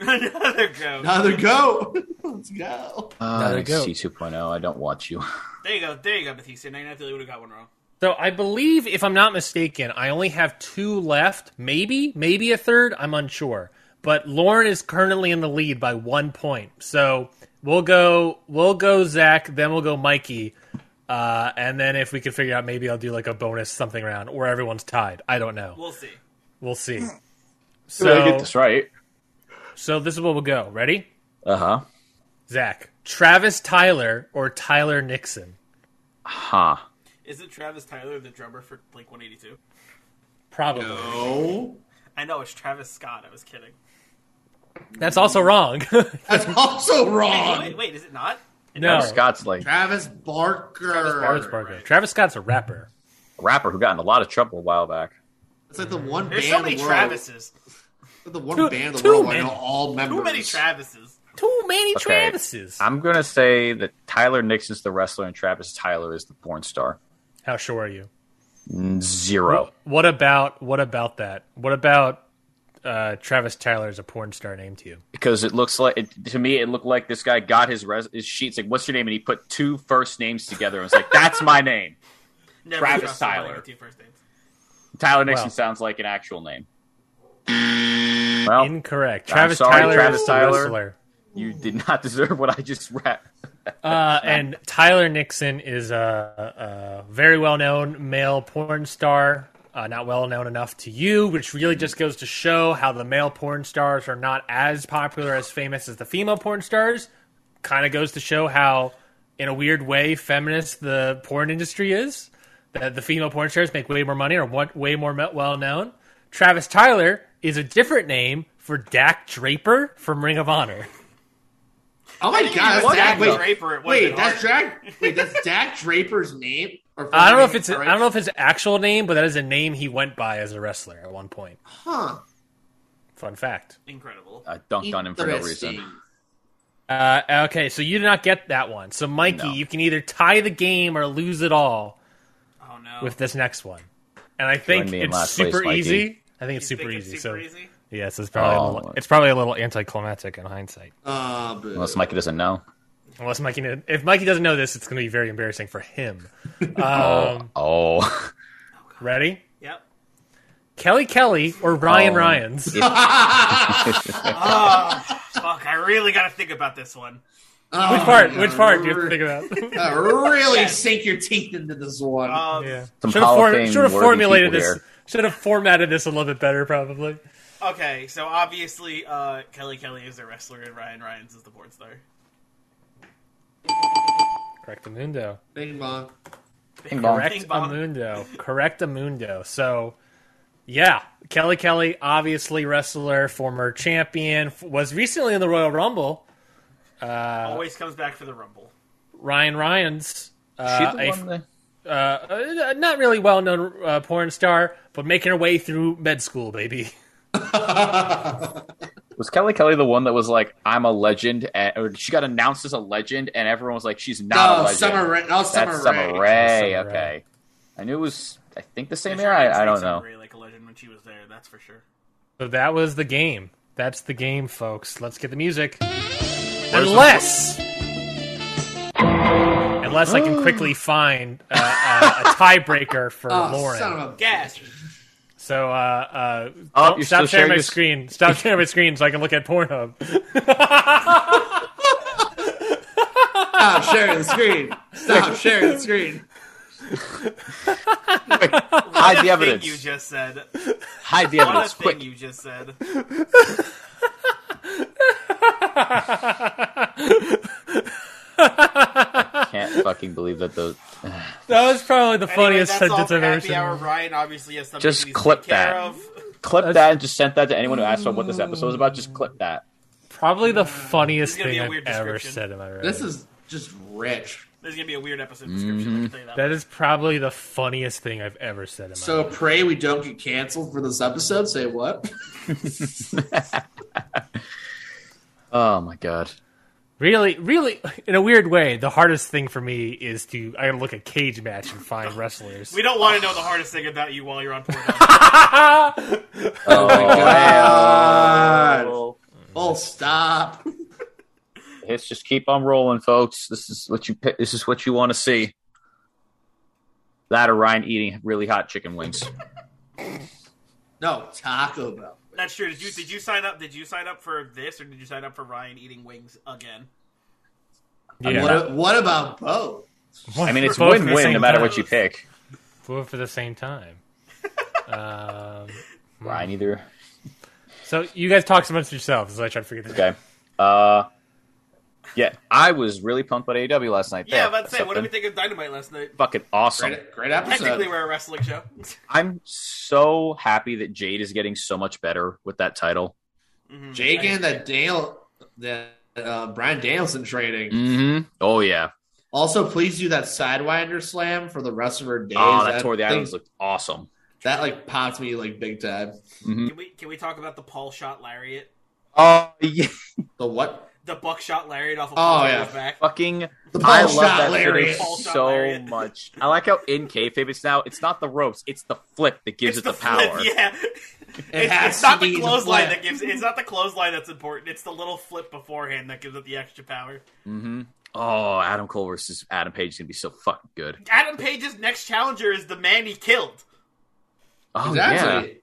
Another go.
another go. Let's go.
Uh,
There you go.
NXT 2.0. oh, I don't watch you.
There you go. There you go, Batista. Now you definitely would have got one wrong.
So I believe, if I'm not mistaken, I only have two left. Maybe, maybe a third. I'm unsure. But Lauren is currently in the lead by one point. So we'll go, we'll go Zach, then we'll go Mikey, uh, and then if we can figure out, maybe I'll do like a bonus something round or everyone's tied. I don't know.
We'll see.
We'll see.
So I
So,
get this right.
so this is what we'll go. Ready,
Uh huh.
Zach? Travis Tyler or Tyler Nixon?
Huh.
Isn't Travis Tyler the drummer for Blink 182?
Probably.
No.
I know it's Travis Scott. I was kidding.
That's also wrong.
That's also
Wait,
wrong.
wait, is it not?
no.
Scott's like a
Travis Barker.
Travis Barker. Travis Scott's a rapper.
rapper who got in a lot of trouble a while back.
It's like the one
There's
band
so
in
many
the world.
Travises.
The one
Too-
band in the
too
world. I
many-
know all members.
Too many Travises.
Too many
Okay.
Travises.
I'm gonna say that Tyler Nixon's the wrestler and Travis Tyler is the porn star.
How sure are you?
Zero.
What about what about that? What about uh, Travis Tyler is a porn star name to you?
because it looks like it, to me it looked like this guy got his res, his sheets like what's your name and he put two first names together and was like that's my name
Never
Travis
trust somebody
Tyler.
with Two first names.
tyler nixon
Wow.
sounds like an actual name well
Incorrect.
Oh. I'm
Travis
sorry,
Tyler
Travis
is a
Tyler.
wrestler.
you did not deserve what i just rap
Uh, and Tyler Nixon is a, a very well known male porn star. Uh, not well known enough to you, which really just goes to show how the male porn stars are not as popular, as famous as the female porn stars. Kind of goes to show how, in a weird way, feminist the porn industry is. That the female porn stars make way more money or want way more well known. Travis Tyler is a different name for Dak Draper from Ring of Honor.
Oh my god, that's
What?
Dak.
Dak
Wait,
Draper, it would've
wait
been
that's
hard.
Dak. Wait, that's Dak Draper's name. Or
I don't know if it's I don't know if his actual name, but that is a name he went by as a wrestler at one point.
Huh.
Fun fact.
Incredible.
i uh, dunked on him for no reason
Interesting.
Uh, okay, so you did not get that one. So Mikey,
No.
you can either tie the game or lose it all
Oh no.
with this next one. And I think
me in
it's
last place,
super
Mikey.
easy. I think
You
it's super
think
easy.
It's
so
super easy.
yes, it's probably a
Oh.
little, it's probably a little anticlimactic in hindsight.
Uh, boo.
unless mikey doesn't know
Unless Mikey, kn- if Mikey doesn't know this, it's going to be very embarrassing for him. Um,
oh
ready?
Yep.
Kelly Kelly or Ryan
Oh.
Ryan's? Uh,
If-
Oh,
Ah.
fuck! I really gotta think about this one.
Oh,
Which part?
yeah.
Which part do you have to think about?
Uh, really sink your teeth into this one.
Um,
Yeah.
Some
Should have,
Hall of
for-
Fame
should have
worthy
formulated
people
this.
here.
Should have formatted this a little bit better, probably.
Okay, so obviously uh, Kelly Kelly is a wrestler and Ryan Ryan's is the porn star.
Correct Amundo.
Bing bong.
Bing bong.
Correct Amundo. Correct Amundo. So, yeah, Kelly Kelly, obviously wrestler, former champion, f- was recently in the Royal Rumble.
Always comes back for the Rumble.
Ryan Ryan's.
she
Uh,
the
a
one that-
uh, uh, not really well known uh, porn star, but making her way through med school, baby.
was kelly kelly the one that was like i'm a legend and, or she got announced as a legend and everyone was like she's not a
No,
legend
Oh, summer. Ra- no, summer.
that's summer
Rae.
ray
Summer Rae.
okay i knew it was i think the same
They
era
tried to
i, I
treat
don't
Summer
know
Rae like a legend when she was there, that's for sure.
So that was the game. That's the game, folks. Let's get the music. unless, unless I can quickly find uh, uh, a tiebreaker for
Oh,
Lauren.
son of a.
Gas.
So uh, uh,
Oh,
don't-
you're
stop
still
sharing
sharing
my
your s-
screen. Stop sharing my screen so I can look at Pornhub.
Stop sharing the screen. Stop sharing the screen.
hide the
Thing
evidence
you just said.
hide the
What a
evidence
thing
quick
you just said.
can't fucking believe that the
That was probably the funniest
anyway, that's all
sentence
for
I've ever
happy
seen.
Hour. Ryan obviously has something
Just
he needs to
clip
take care
that.
of.
clip that and just sent that to anyone who asked what this episode was about. Just clip that.
Probably the funniest
This is gonna be
thing
a
I've
weird
ever
description.
said in my life.
This is just rich.
There's gonna be a weird episode description.
Mm-hmm.
I can tell you that.
that is probably the funniest thing I've ever said in my
So
life.
pray we don't get canceled for this episode. Say what?
Oh my god.
Really, really, in a weird way, the hardest thing for me is to I gotta look at cage match and find wrestlers.
we don't want to know the hardest thing about you while you're on porn.
Oh my
God. Full stop.
Hits just keep on rolling, folks. This is what you pick. This is what you want to see. That or Ryan eating really hot chicken wings.
No Taco Bell.
That's true. Did you did you sign up? Did you sign up for this, or did you sign up for Ryan eating wings again?
yeah,
What, what about both?
I mean, it's
Both at the
win-win no
same
matter
time.
what you pick.
Both for the same time. um,
Ryan either.
so you guys talk so much to yourselves as I try to figure this out.
Okay. Uh, yeah, I was really pumped about AEW last night.
Yeah,
There,
about to say. What did we
Something
think of Dynamite last night?
Fucking awesome.
Great, great episode.
Technically, we're a wrestling show.
I'm so happy that Jade is getting so much better with that title.
Mhm.
Jake and that Dale, that uh, Brian Danielson trading.
Mm-hmm. Oh yeah.
Also, please do that Sidewinder slam for the rest of her days.
Oh, that tore the
thing-
islands looked awesome.
That like popped me like big time.
hmm
Can we can we talk about the Paul shot lariat?
Oh yeah.
The what?
The buckshot lariat off of
Oh,
Paul
yeah.
Heyman's back.
Fucking
The
I
ball
love
shot,
that
Larry.
finish
Ball shot
so
lariat.
much. I like how in kayfabe it's now. It's not the ropes. It's the flip that gives
It's
it the,
flip,
power.
yeah, it's,
has
it's
to
not
be
the
the
clothesline that
flip.
gives. It's not the clothesline that's important. It's the little flip beforehand that gives it the extra power.
hmm Oh, Adam Cole versus Adam Page is gonna be so fucking good.
Adam Page's next challenger is the man he killed.
Oh
Exactly.
yeah,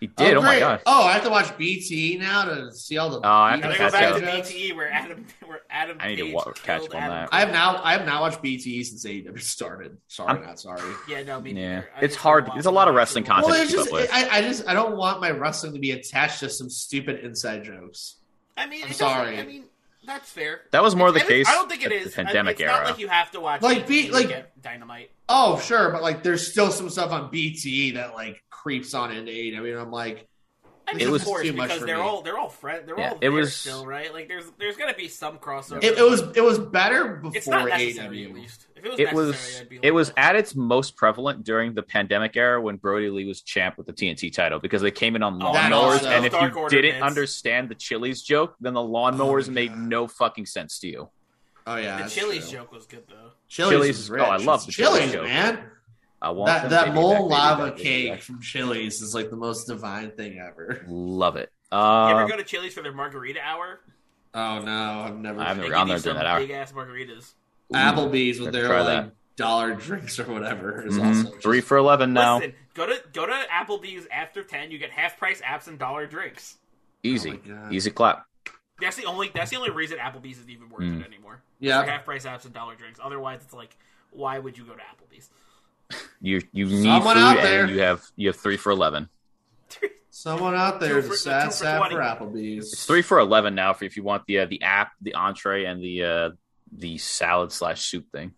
he did. Oh, my
great.
god.
Oh, I have to watch BT now to see all the. E
Oh, I have
you
to
And
know,
I
That's
go back
out.
to BTE where Adam where Adam
I need to
Page
wa- catch
killed
up on
Adam
that.
Cole.
I have now. I have not watched BT since AEW started. Sorry,
I'm-
not sorry.
Yeah, no, me
Yeah.
neither. I
It's
just
hard.
don't
There's a lot of
watch
wrestling
it a lot.
content.
Well, it's
keep up
just
with.
I, I just I don't want my wrestling to be attached to some stupid inside jokes.
I mean,
I'm
it doesn't-
sorry.
I mean, that's fair.
That was more the
I mean,
case.
I don't think it
at
is.
The pandemic
I mean, it's
era.
Not like you have to watch
Like, be-
BTE to
like-
get Dynamite.
Oh, sure, but like there's still some stuff on BT that like creeps on into AEW, and I'm like,
I mean,
It
it was
was
of course,
too much
because
for
they're
me.
all they're all friends. They're
Yeah,
all
it
there
was-
still right. Like there's there's gonna be some crossover.
it, it was it was better before E
it's not necessary at
AEW.
least. If it was
it
necessary,
was
I'd be
it was
like,
at its most prevalent during the pandemic era when Brody Lee was champ with the TNT title because they came in on
Oh,
that
lawnmowers
also.
and if
Dark
you
Order Oh,
didn't
bits.
understand the Chili's joke then the lawnmowers made no fucking sense to you.
Oh yeah,
the
that's
Chili's
true.
joke was good though.
Chili's,
Chili's
is
is-
rich.
oh, I love
It's
the Chili's
Chili's,
joke.
man.
I want
That
them
that
baby
mole
back, baby
lava
back, baby
cake
back.
from Chili's is like the most divine thing ever.
Love it.
You
Uh,
ever go to Chili's for their margarita hour?
Oh no, I've never.
I haven't
They
gone there
give you
during that
some
hour.
big ass margaritas.
Applebee's with
Gotta
their
try
like
that.
dollar drinks or whatever is
mhm.
also just-
three for eleven now.
Listen, go to go to Applebee's after ten. You get half price apps and dollar drinks.
Easy,
Oh my God.
easy clap.
That's the only that's the only reason Applebee's is even worth
Mm.
it anymore.
Yeah.
half price apps and dollar drinks. Otherwise, it's like, why would you go to Applebee's?
You you need
Someone
food
out there.
and you have you have three for eleven.
Someone out there
Two
is
for-
a sad
two for
sap for
20.
Applebee's.
It's three for eleven now for if you want the uh, the app, the entree, and the uh, the salad slash soup thing.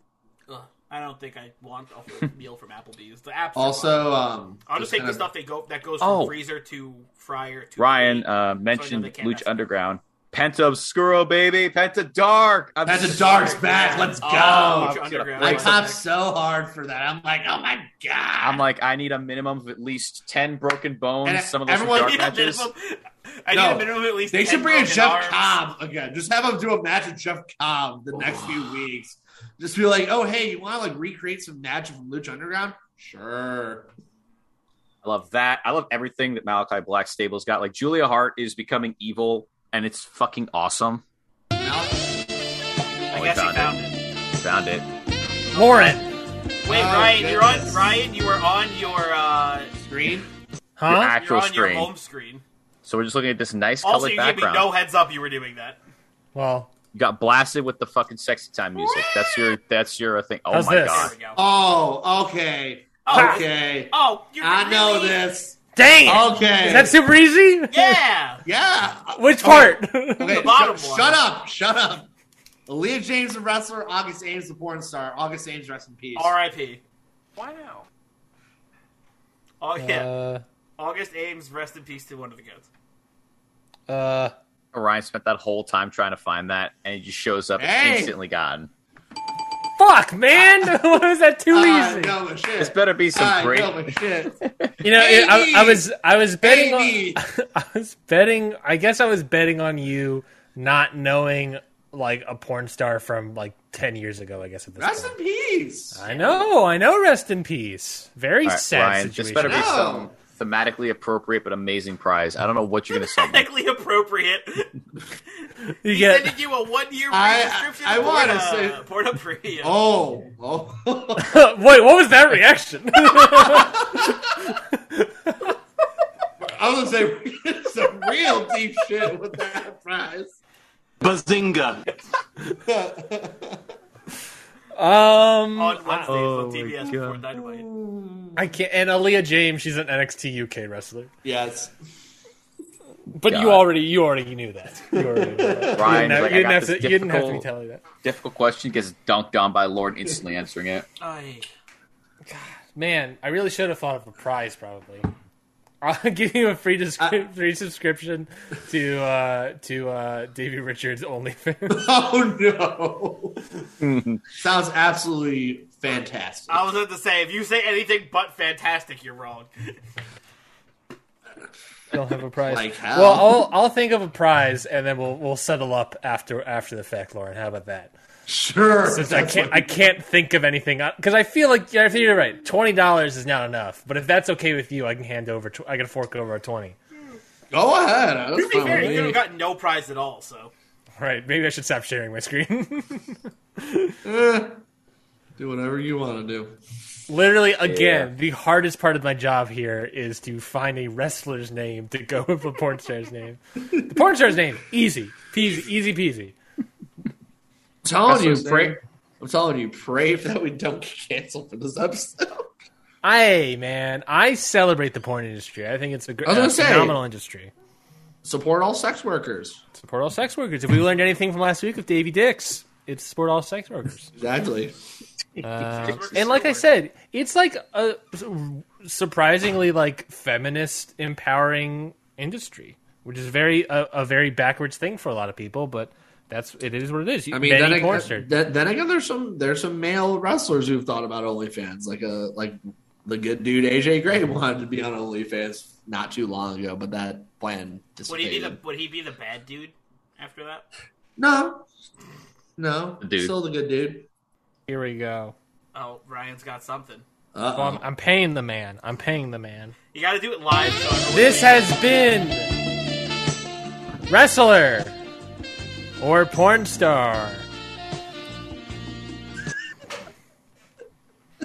Ugh, I don't think I want a full meal from Applebee's. The apps. are fine.
Also, um,
I'll just take
kind
the
of-
stuff they go that goes from
Oh.
freezer to fryer to
Ryan
plate.
uh, mentioned
they can't mess
Lucha
up.
Underground. Penta Obscuro, baby. Penta Dark. I'm
Penta
so
Dark's back. Let's
Oh,
go.
Lucha
I'm
Underground.
I
Like-
popped so hard for that. I'm like, oh my god.
I'm like, I need a minimum of at least ten broken bones.
And
Some of those
everyone-
are
I
dark
need, a
matches.
minimum, I need
No.
a minimum of at least.
they
10
should bring in
broken
Jeff
arms.
Cobb again. Just have him do a match with Jeff Cobb the next few weeks. Just be like, oh hey, you want to like recreate some magic from Lucha Underground? Sure.
I love that. I love everything that Malachi Blackstable's got. Like Julia Hart is becoming evil, and it's fucking awesome.
Now-
I
Oh,
guess
he
he
found
found it.
Found it.
Lauren,
Wait,
Oh,
Ryan, you're on.
goodness.
Ryan, you were on your uh,
Screen.
Your
huh?
actual
you're on your
screen.
home screen.
So we're just looking at this nice
Also,
colored
you gave me
background.
no heads up you were doing that.
Well,
You got blasted with the fucking sexy time music. That's your that's your thing. Oh
How's
my
this?
There
god.
we go.
Oh, okay.
Oh,
Okay.
oh, you're
I know
really-
this.
dang. it!
Okay.
Is that super easy?
Yeah.
Oh, yeah.
Which part?
Okay,
The bottom
shut,
one.
shut up. Shut up. Aaliyah James, the wrestler. August Ames, the porn star. August Ames, rest in peace.
R.I.P.
Why now?
Oh yeah.
Uh,
August Ames, rest in peace to one of the goats.
uh,
Orion spent that whole time trying to find that, and it just shows up.
Hey!
It's instantly gone.
fuck, man! what was that too
I
easy?
know the Uh, shit.
This better be
Ah,
some
I
great.
know the shit.
You know, it- I, I
Baby!
was I was betting
Baby!
on I was betting I guess I was betting on you not knowing like a porn star from like ten years ago. I guess at this
Rest
point.
in peace.
I know, I know. Rest in peace. Very
All right,
sad
Ryan, this
situation.
better be
No.
some thematically appropriate but amazing prize. I don't know what you're going to say.
Technically appropriate.
you
He's
get
sending you a one-year
I-
prescription.
I
of
wanna
Pornhub-
say-
uh, Pornhub uh, Premium.
Oh, oh.
wait. What was that reaction?
I was gonna say some real deep shit with that prize.
Bazinga.
um,
on Wednesdays
Oh
on
my
TBS before Dynamite.
I can't. And Aaliyah James, she's an NXT UK wrestler.
Yes.
But you
God.
already you already knew that. You already knew that.
Ryan,
No,
like,
you, didn't
I got
have
this
to, you didn't have to be
difficult-
telling me that.
difficult question gets dunked on by Lord instantly answering it.
Aye.
Man, I really should have thought of a prize. Probably, I'll give you a free descri- free subscription to uh, to uh, Davy Richards OnlyFans.
Oh no. Sounds absolutely fantastic.
I was about to say, if you say anything but fantastic, you're wrong.
Don't have a prize.
Like how?
well, I'll I'll think of a prize and then we'll we'll settle up after after the fact, Lauren. How about that?
sure.
Since I can't I can't think of anything because I feel like yeah, I think you're right. Twenty dollars is not enough, but if that's okay with you, I can hand over. Tw- I can fork over a twenty.
Go ahead. That's
To be
fine
fair, you
with me.
could have gotten no prize at all, so.
All right, maybe I should stop sharing my screen.
Eh, do whatever you want to do.
Literally, again, the hardest part of my job here is to find a wrestler's name to go with a porn star's name. The porn star's name, easy peasy, easy peasy.
I'm telling you,
That's what I'm
pray.
saying.
I'm telling you, pray that we don't get canceled for this episode.
Hey, man, I celebrate the porn industry. I think it's a, gr-
I was
a
gonna say-
phenomenal industry.
Support all sex workers.
Support all sex workers. If we learned anything from last week with Davey Dix, it's support all sex workers.
Exactly.
Uh, and like I said, it's like a su- surprisingly like feminist empowering industry, which is very a, a very backwards thing for a lot of people, but that's it is what it is.
I mean,
Benny
then again,
Corster.
then, then again, there's some there's some male wrestlers who've thought about OnlyFans, like a like the good dude AJ Gray wanted to be on OnlyFans not too long ago, but that plan
Would he be
dissipated.
the would he be the bad dude after that?
no, no,
Dude.
still the good dude.
Here we go.
Oh, Ryan's got something.
Well,
Uh
I'm, I'm paying the man. I'm paying the man.
You gotta do it live. So everyone
This
can-
has been wrestler or porn star.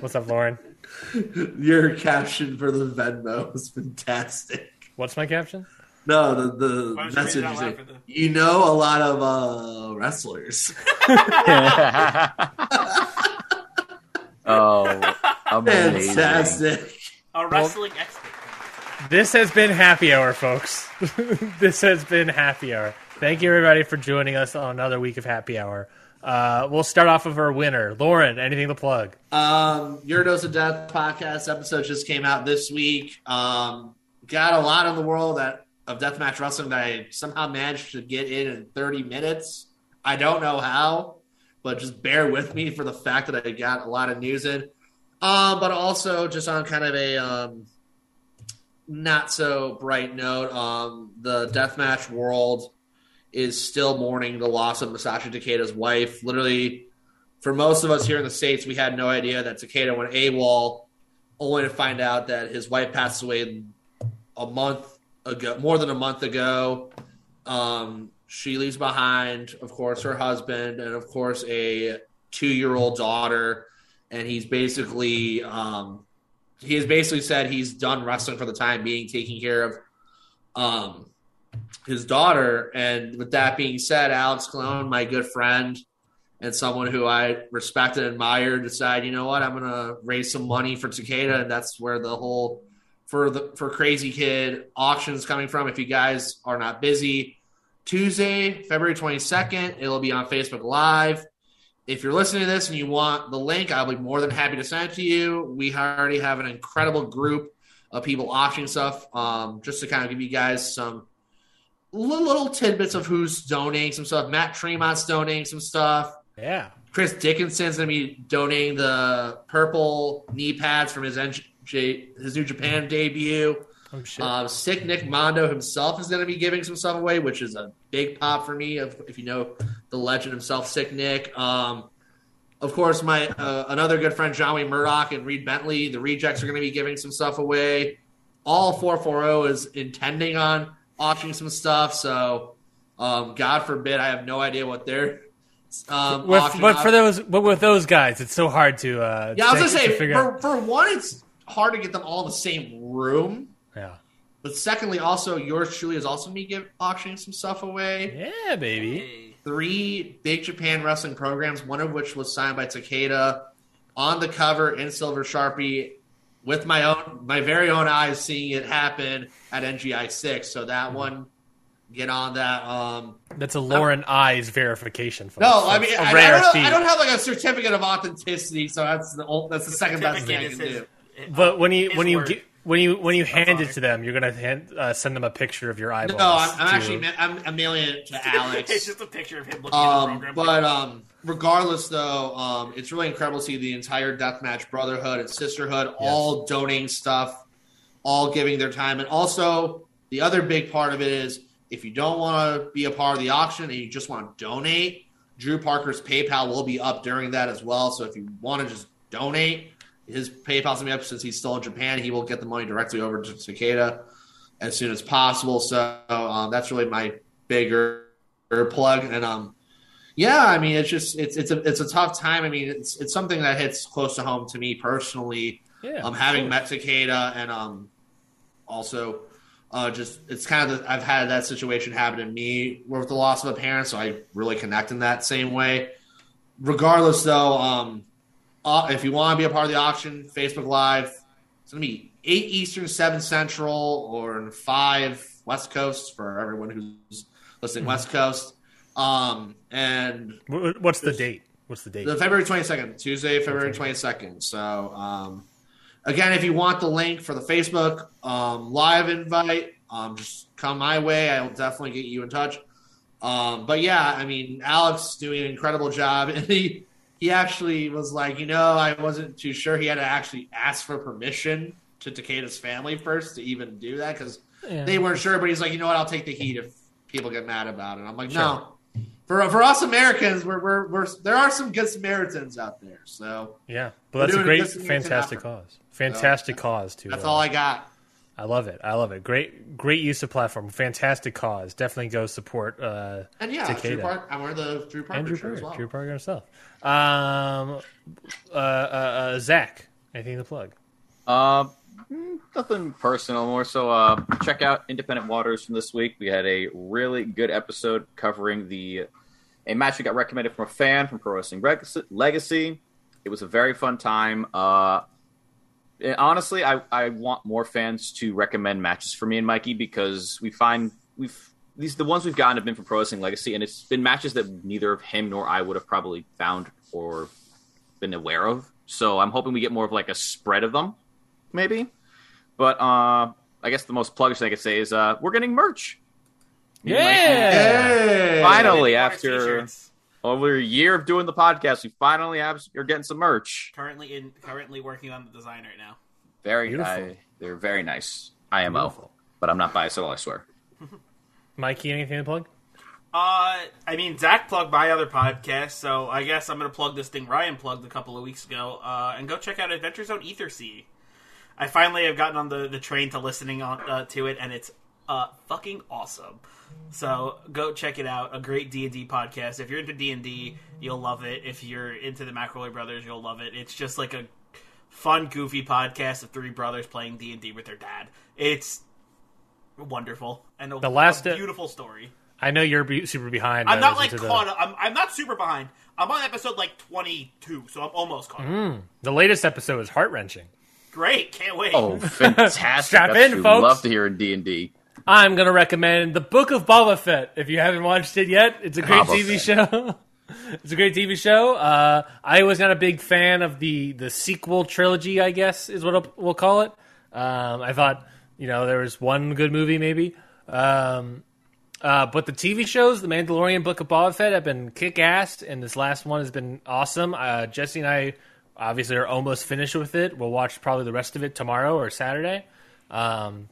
What's up, Lauren?
your caption for the Venmo was fantastic.
What's my caption?
No, the the
Why don't you read
message
it out
is
loud
like,
for the-
you know a lot of uh, wrestlers.
oh, amazing.
Fantastic.
a wrestling expert.
This has been happy hour, folks. this has been happy hour. Thank you, everybody, for joining us on another week of happy hour. Uh, we'll start off with our winner, Lauren. Anything to plug?
Um, Your Dose of Death podcast episode just came out this week. Um, got a lot in the world that of deathmatch wrestling that I somehow managed to get in in 30 minutes. I don't know how, but just bear with me for the fact that I got a lot of news in. Um, but also just on kind of a um, not so bright note, um, the deathmatch world is still mourning the loss of Masashi Takeda's wife. Literally for most of us here in the states, we had no idea that Takeda went AWOL, only to find out that his wife passed away a month ago, more than a month ago. Um, she leaves behind, of course, her husband and of course a two-year-old daughter, and he's basically um, he has basically said he's done wrestling for the time being, taking care of um, his daughter. And with that being said, Alex Cologne, my good friend, and someone who I respect and admire decide, you know what, I'm gonna raise some money for Takeda, and that's where the whole for the for Crazy Kid auction is coming from. If you guys are not busy, Tuesday, February 22nd. It'll be on Facebook Live. If you're listening to this and you want the link, I'll be more than happy to send it to you. We already have an incredible group of people auctioning stuff um, just to kind of give you guys some little, little tidbits of who's donating some stuff. Matt Tremont's donating some stuff.
Yeah.
Chris Dickinson's going to be donating the purple knee pads from his NJ, his New Japan debut.
Oh shit.
Um, Sick Nick Mondo himself is going to be giving some stuff away, which is a big pop for me. If, if you know the legend himself, Sick Nick. Um, of course, my uh, another good friend Johnny Murdoch and Reed Bentley, the Rejects are going to be giving some stuff away. All four four zero is intending on auctioning some stuff. So, um, God forbid, I have no idea what they're. Um,
with,
auctioning
but
off.
for those, but with those guys, it's so hard to. Uh,
yeah, I was
to
gonna say
figure
for,
out-
for one, it's hard to get them all in the same room.
Yeah.
But secondly, also yours truly is also me give auctioning some stuff away.
Yeah, baby.
Hey.
Three big Japan wrestling programs, one of which was signed by Takeda on the cover in silver sharpie, with my own my very own eyes seeing it happen at NGI six. So that one, get on that. Um,
Mm-hmm. That's a Lauren Eyes verification. Folks.
no, I
That's
mean
a
I, I
rare
don't,
feat.
I don't have like a certificate of authenticity, so that's the ol- that's the second best thing I
Certificate
can
is
do.
his-
But when you
his
when you
word.
get, when you when you hand
honor.
it to them, you're gonna hand, uh, send them a picture of your
No,
eyeballs.
I'm, I'm
to-
actually ma- I'm, I'm mailing it to Alex.
it's just a picture of him looking at the
Um,
program.
but um, regardless, though, um, it's really incredible to see the entire Deathmatch Brotherhood and Sisterhood all donating stuff, all giving their time. And also, the other big part of it is if you don't want to be a part of the auction and you just want to donate, Drew Parker's PayPal will be up during that as well. So if you want to just donate, his PayPal's gonna be up since he's still in Japan. He will get the money directly over to Cicada as soon as possible. So um, that's really my bigger plug. And um, yeah, I mean, it's just it's it's a it's a tough time. I mean, it's it's something that hits close to home to me personally.
yeah,
I'm having met Cicada and um, also uh, just it's kind of the, I've had that situation happen to me with the loss of a parent, so I really connect in that same way. Regardless, though, um, uh, if you want to be a part of the auction, Facebook Live, it's going to be eight Eastern, seven Central, or five West Coast for everyone who's listening West Coast. Um, and
Wh- What's the date? What's the date?
the February 22nd, Tuesday, February 22nd. So, um, again, if you want the link for the Facebook um, live invite, um, just come my way. I'll definitely get you in touch. Um, but yeah, I mean, Alex doing an incredible job, and he he actually was like, you know, I wasn't too sure. He had to actually ask for permission to Takeda's family first to even do that because
Yeah.
they weren't sure. But he's like, you know what? I'll take the heat if people get mad about it. I'm like, no. For, for us Americans, we're, we're, we're there are some good Samaritans out there. So
yeah, well, that's a
doing it
great,
just to make an
fantastic cause. Fantastic cause too.
that's all I got.
I love it. I love it. Great, great use of platform. Fantastic cause. Definitely go support. Uh,
And yeah, Drew
Takeda.
Park. I'm wearing the Drew Parker
Andrew
shirt
Parker,
as well.
Drew Parker himself. Um, uh, uh, uh, Zach, anything to plug?
Uh, mm, nothing personal. More so, uh, check out Independent Waters from this week. We had a really good episode covering the a match we got recommended from a fan from Pro Wrestling Reg- Legacy. It was a very fun time. Uh, and honestly, I, I want more fans to recommend matches for me and Mikey because we find we've these the ones we've gotten have been from Pro Wrestling Legacy, and it's been matches that neither of him nor I would have probably found or been aware of. So I'm hoping we get more of like a spread of them, maybe. But uh, I guess the most pluggish thing I could say is uh, we're getting merch. Me and Mikey-
Hey!
Finally,
Warriors
after
t-shirts.
over a year of doing the podcast, we finally have you're getting some merch.
currently in currently working on the design right now.
Very
Beautiful.
nice. They're very nice. IMO, but I'm not biased at all. I swear.
Mikey, anything to plug?
Uh, I mean, Zach plugged my other podcast, so I guess I'm gonna plug this thing Ryan plugged a couple of weeks ago. Uh, and go check out Adventure Zone Ether Sea. I finally have gotten on the, the train to listening on uh, to it, and it's uh fucking awesome. So go check it out. A great D and D podcast. If you're into D and D, you'll love it. If you're into the McElroy brothers, you'll love it. It's just like a fun, goofy podcast of three brothers playing D and D with their dad. It's wonderful and a,
The last- e-
a beautiful story.
I know you're be- super behind.
I'm
I
not like
listened to
caught up. I'm, I'm not super behind. I'm on episode like 22, so I'm almost caught up.
The, the latest episode is heart wrenching.
Great, can't wait.
Oh, fantastic!
Strap
That's
in,
what we
folks.
Love to hear in D and D.
I'm gonna recommend the Book of Boba Fett. If you haven't watched it yet, it's a great
Boba
TV show. it's a great TV show. Uh, I was not a big fan of the the sequel trilogy. I guess is what we'll call it. Um, I thought you know there was one good movie maybe. Um, uh, but the TV shows, The Mandalorian, Book of Boba Fett, have been kick assed, and this last one has been awesome. Uh, Jesse and I obviously are almost finished with it. We'll watch probably the rest of it tomorrow or Saturday. Um,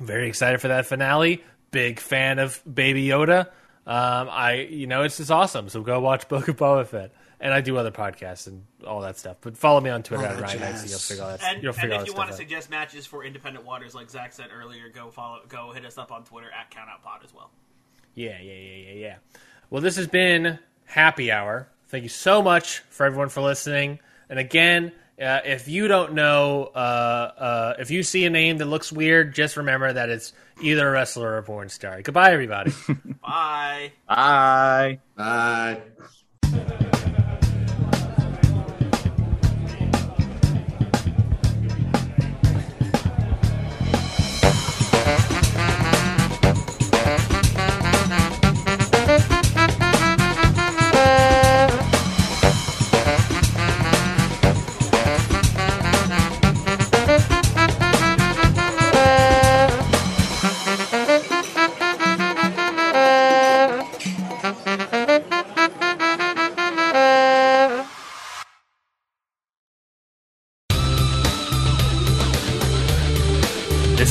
very excited for that finale. Big fan of Baby Yoda. Um, I, you know, it's just awesome. So go watch Book of Boba Fett, and I do other podcasts and all that stuff. But follow me on Twitter at Ryan Maxey. You'll figure all that.
And,
you'll
and
figure all that
if you
stuff
want to
out.
suggest matches for independent waters, like Zach said earlier, go follow, go hit us up on Twitter at CountOutPod as well.
Yeah, yeah, yeah, yeah, yeah. Well, this has been Happy Hour. Thank you so much for everyone for listening. And again, uh, if you don't know, uh, uh, if you see a name that looks weird, just remember that it's either a wrestler or a porn star. Goodbye, everybody.
Bye.
Bye.
Bye.
This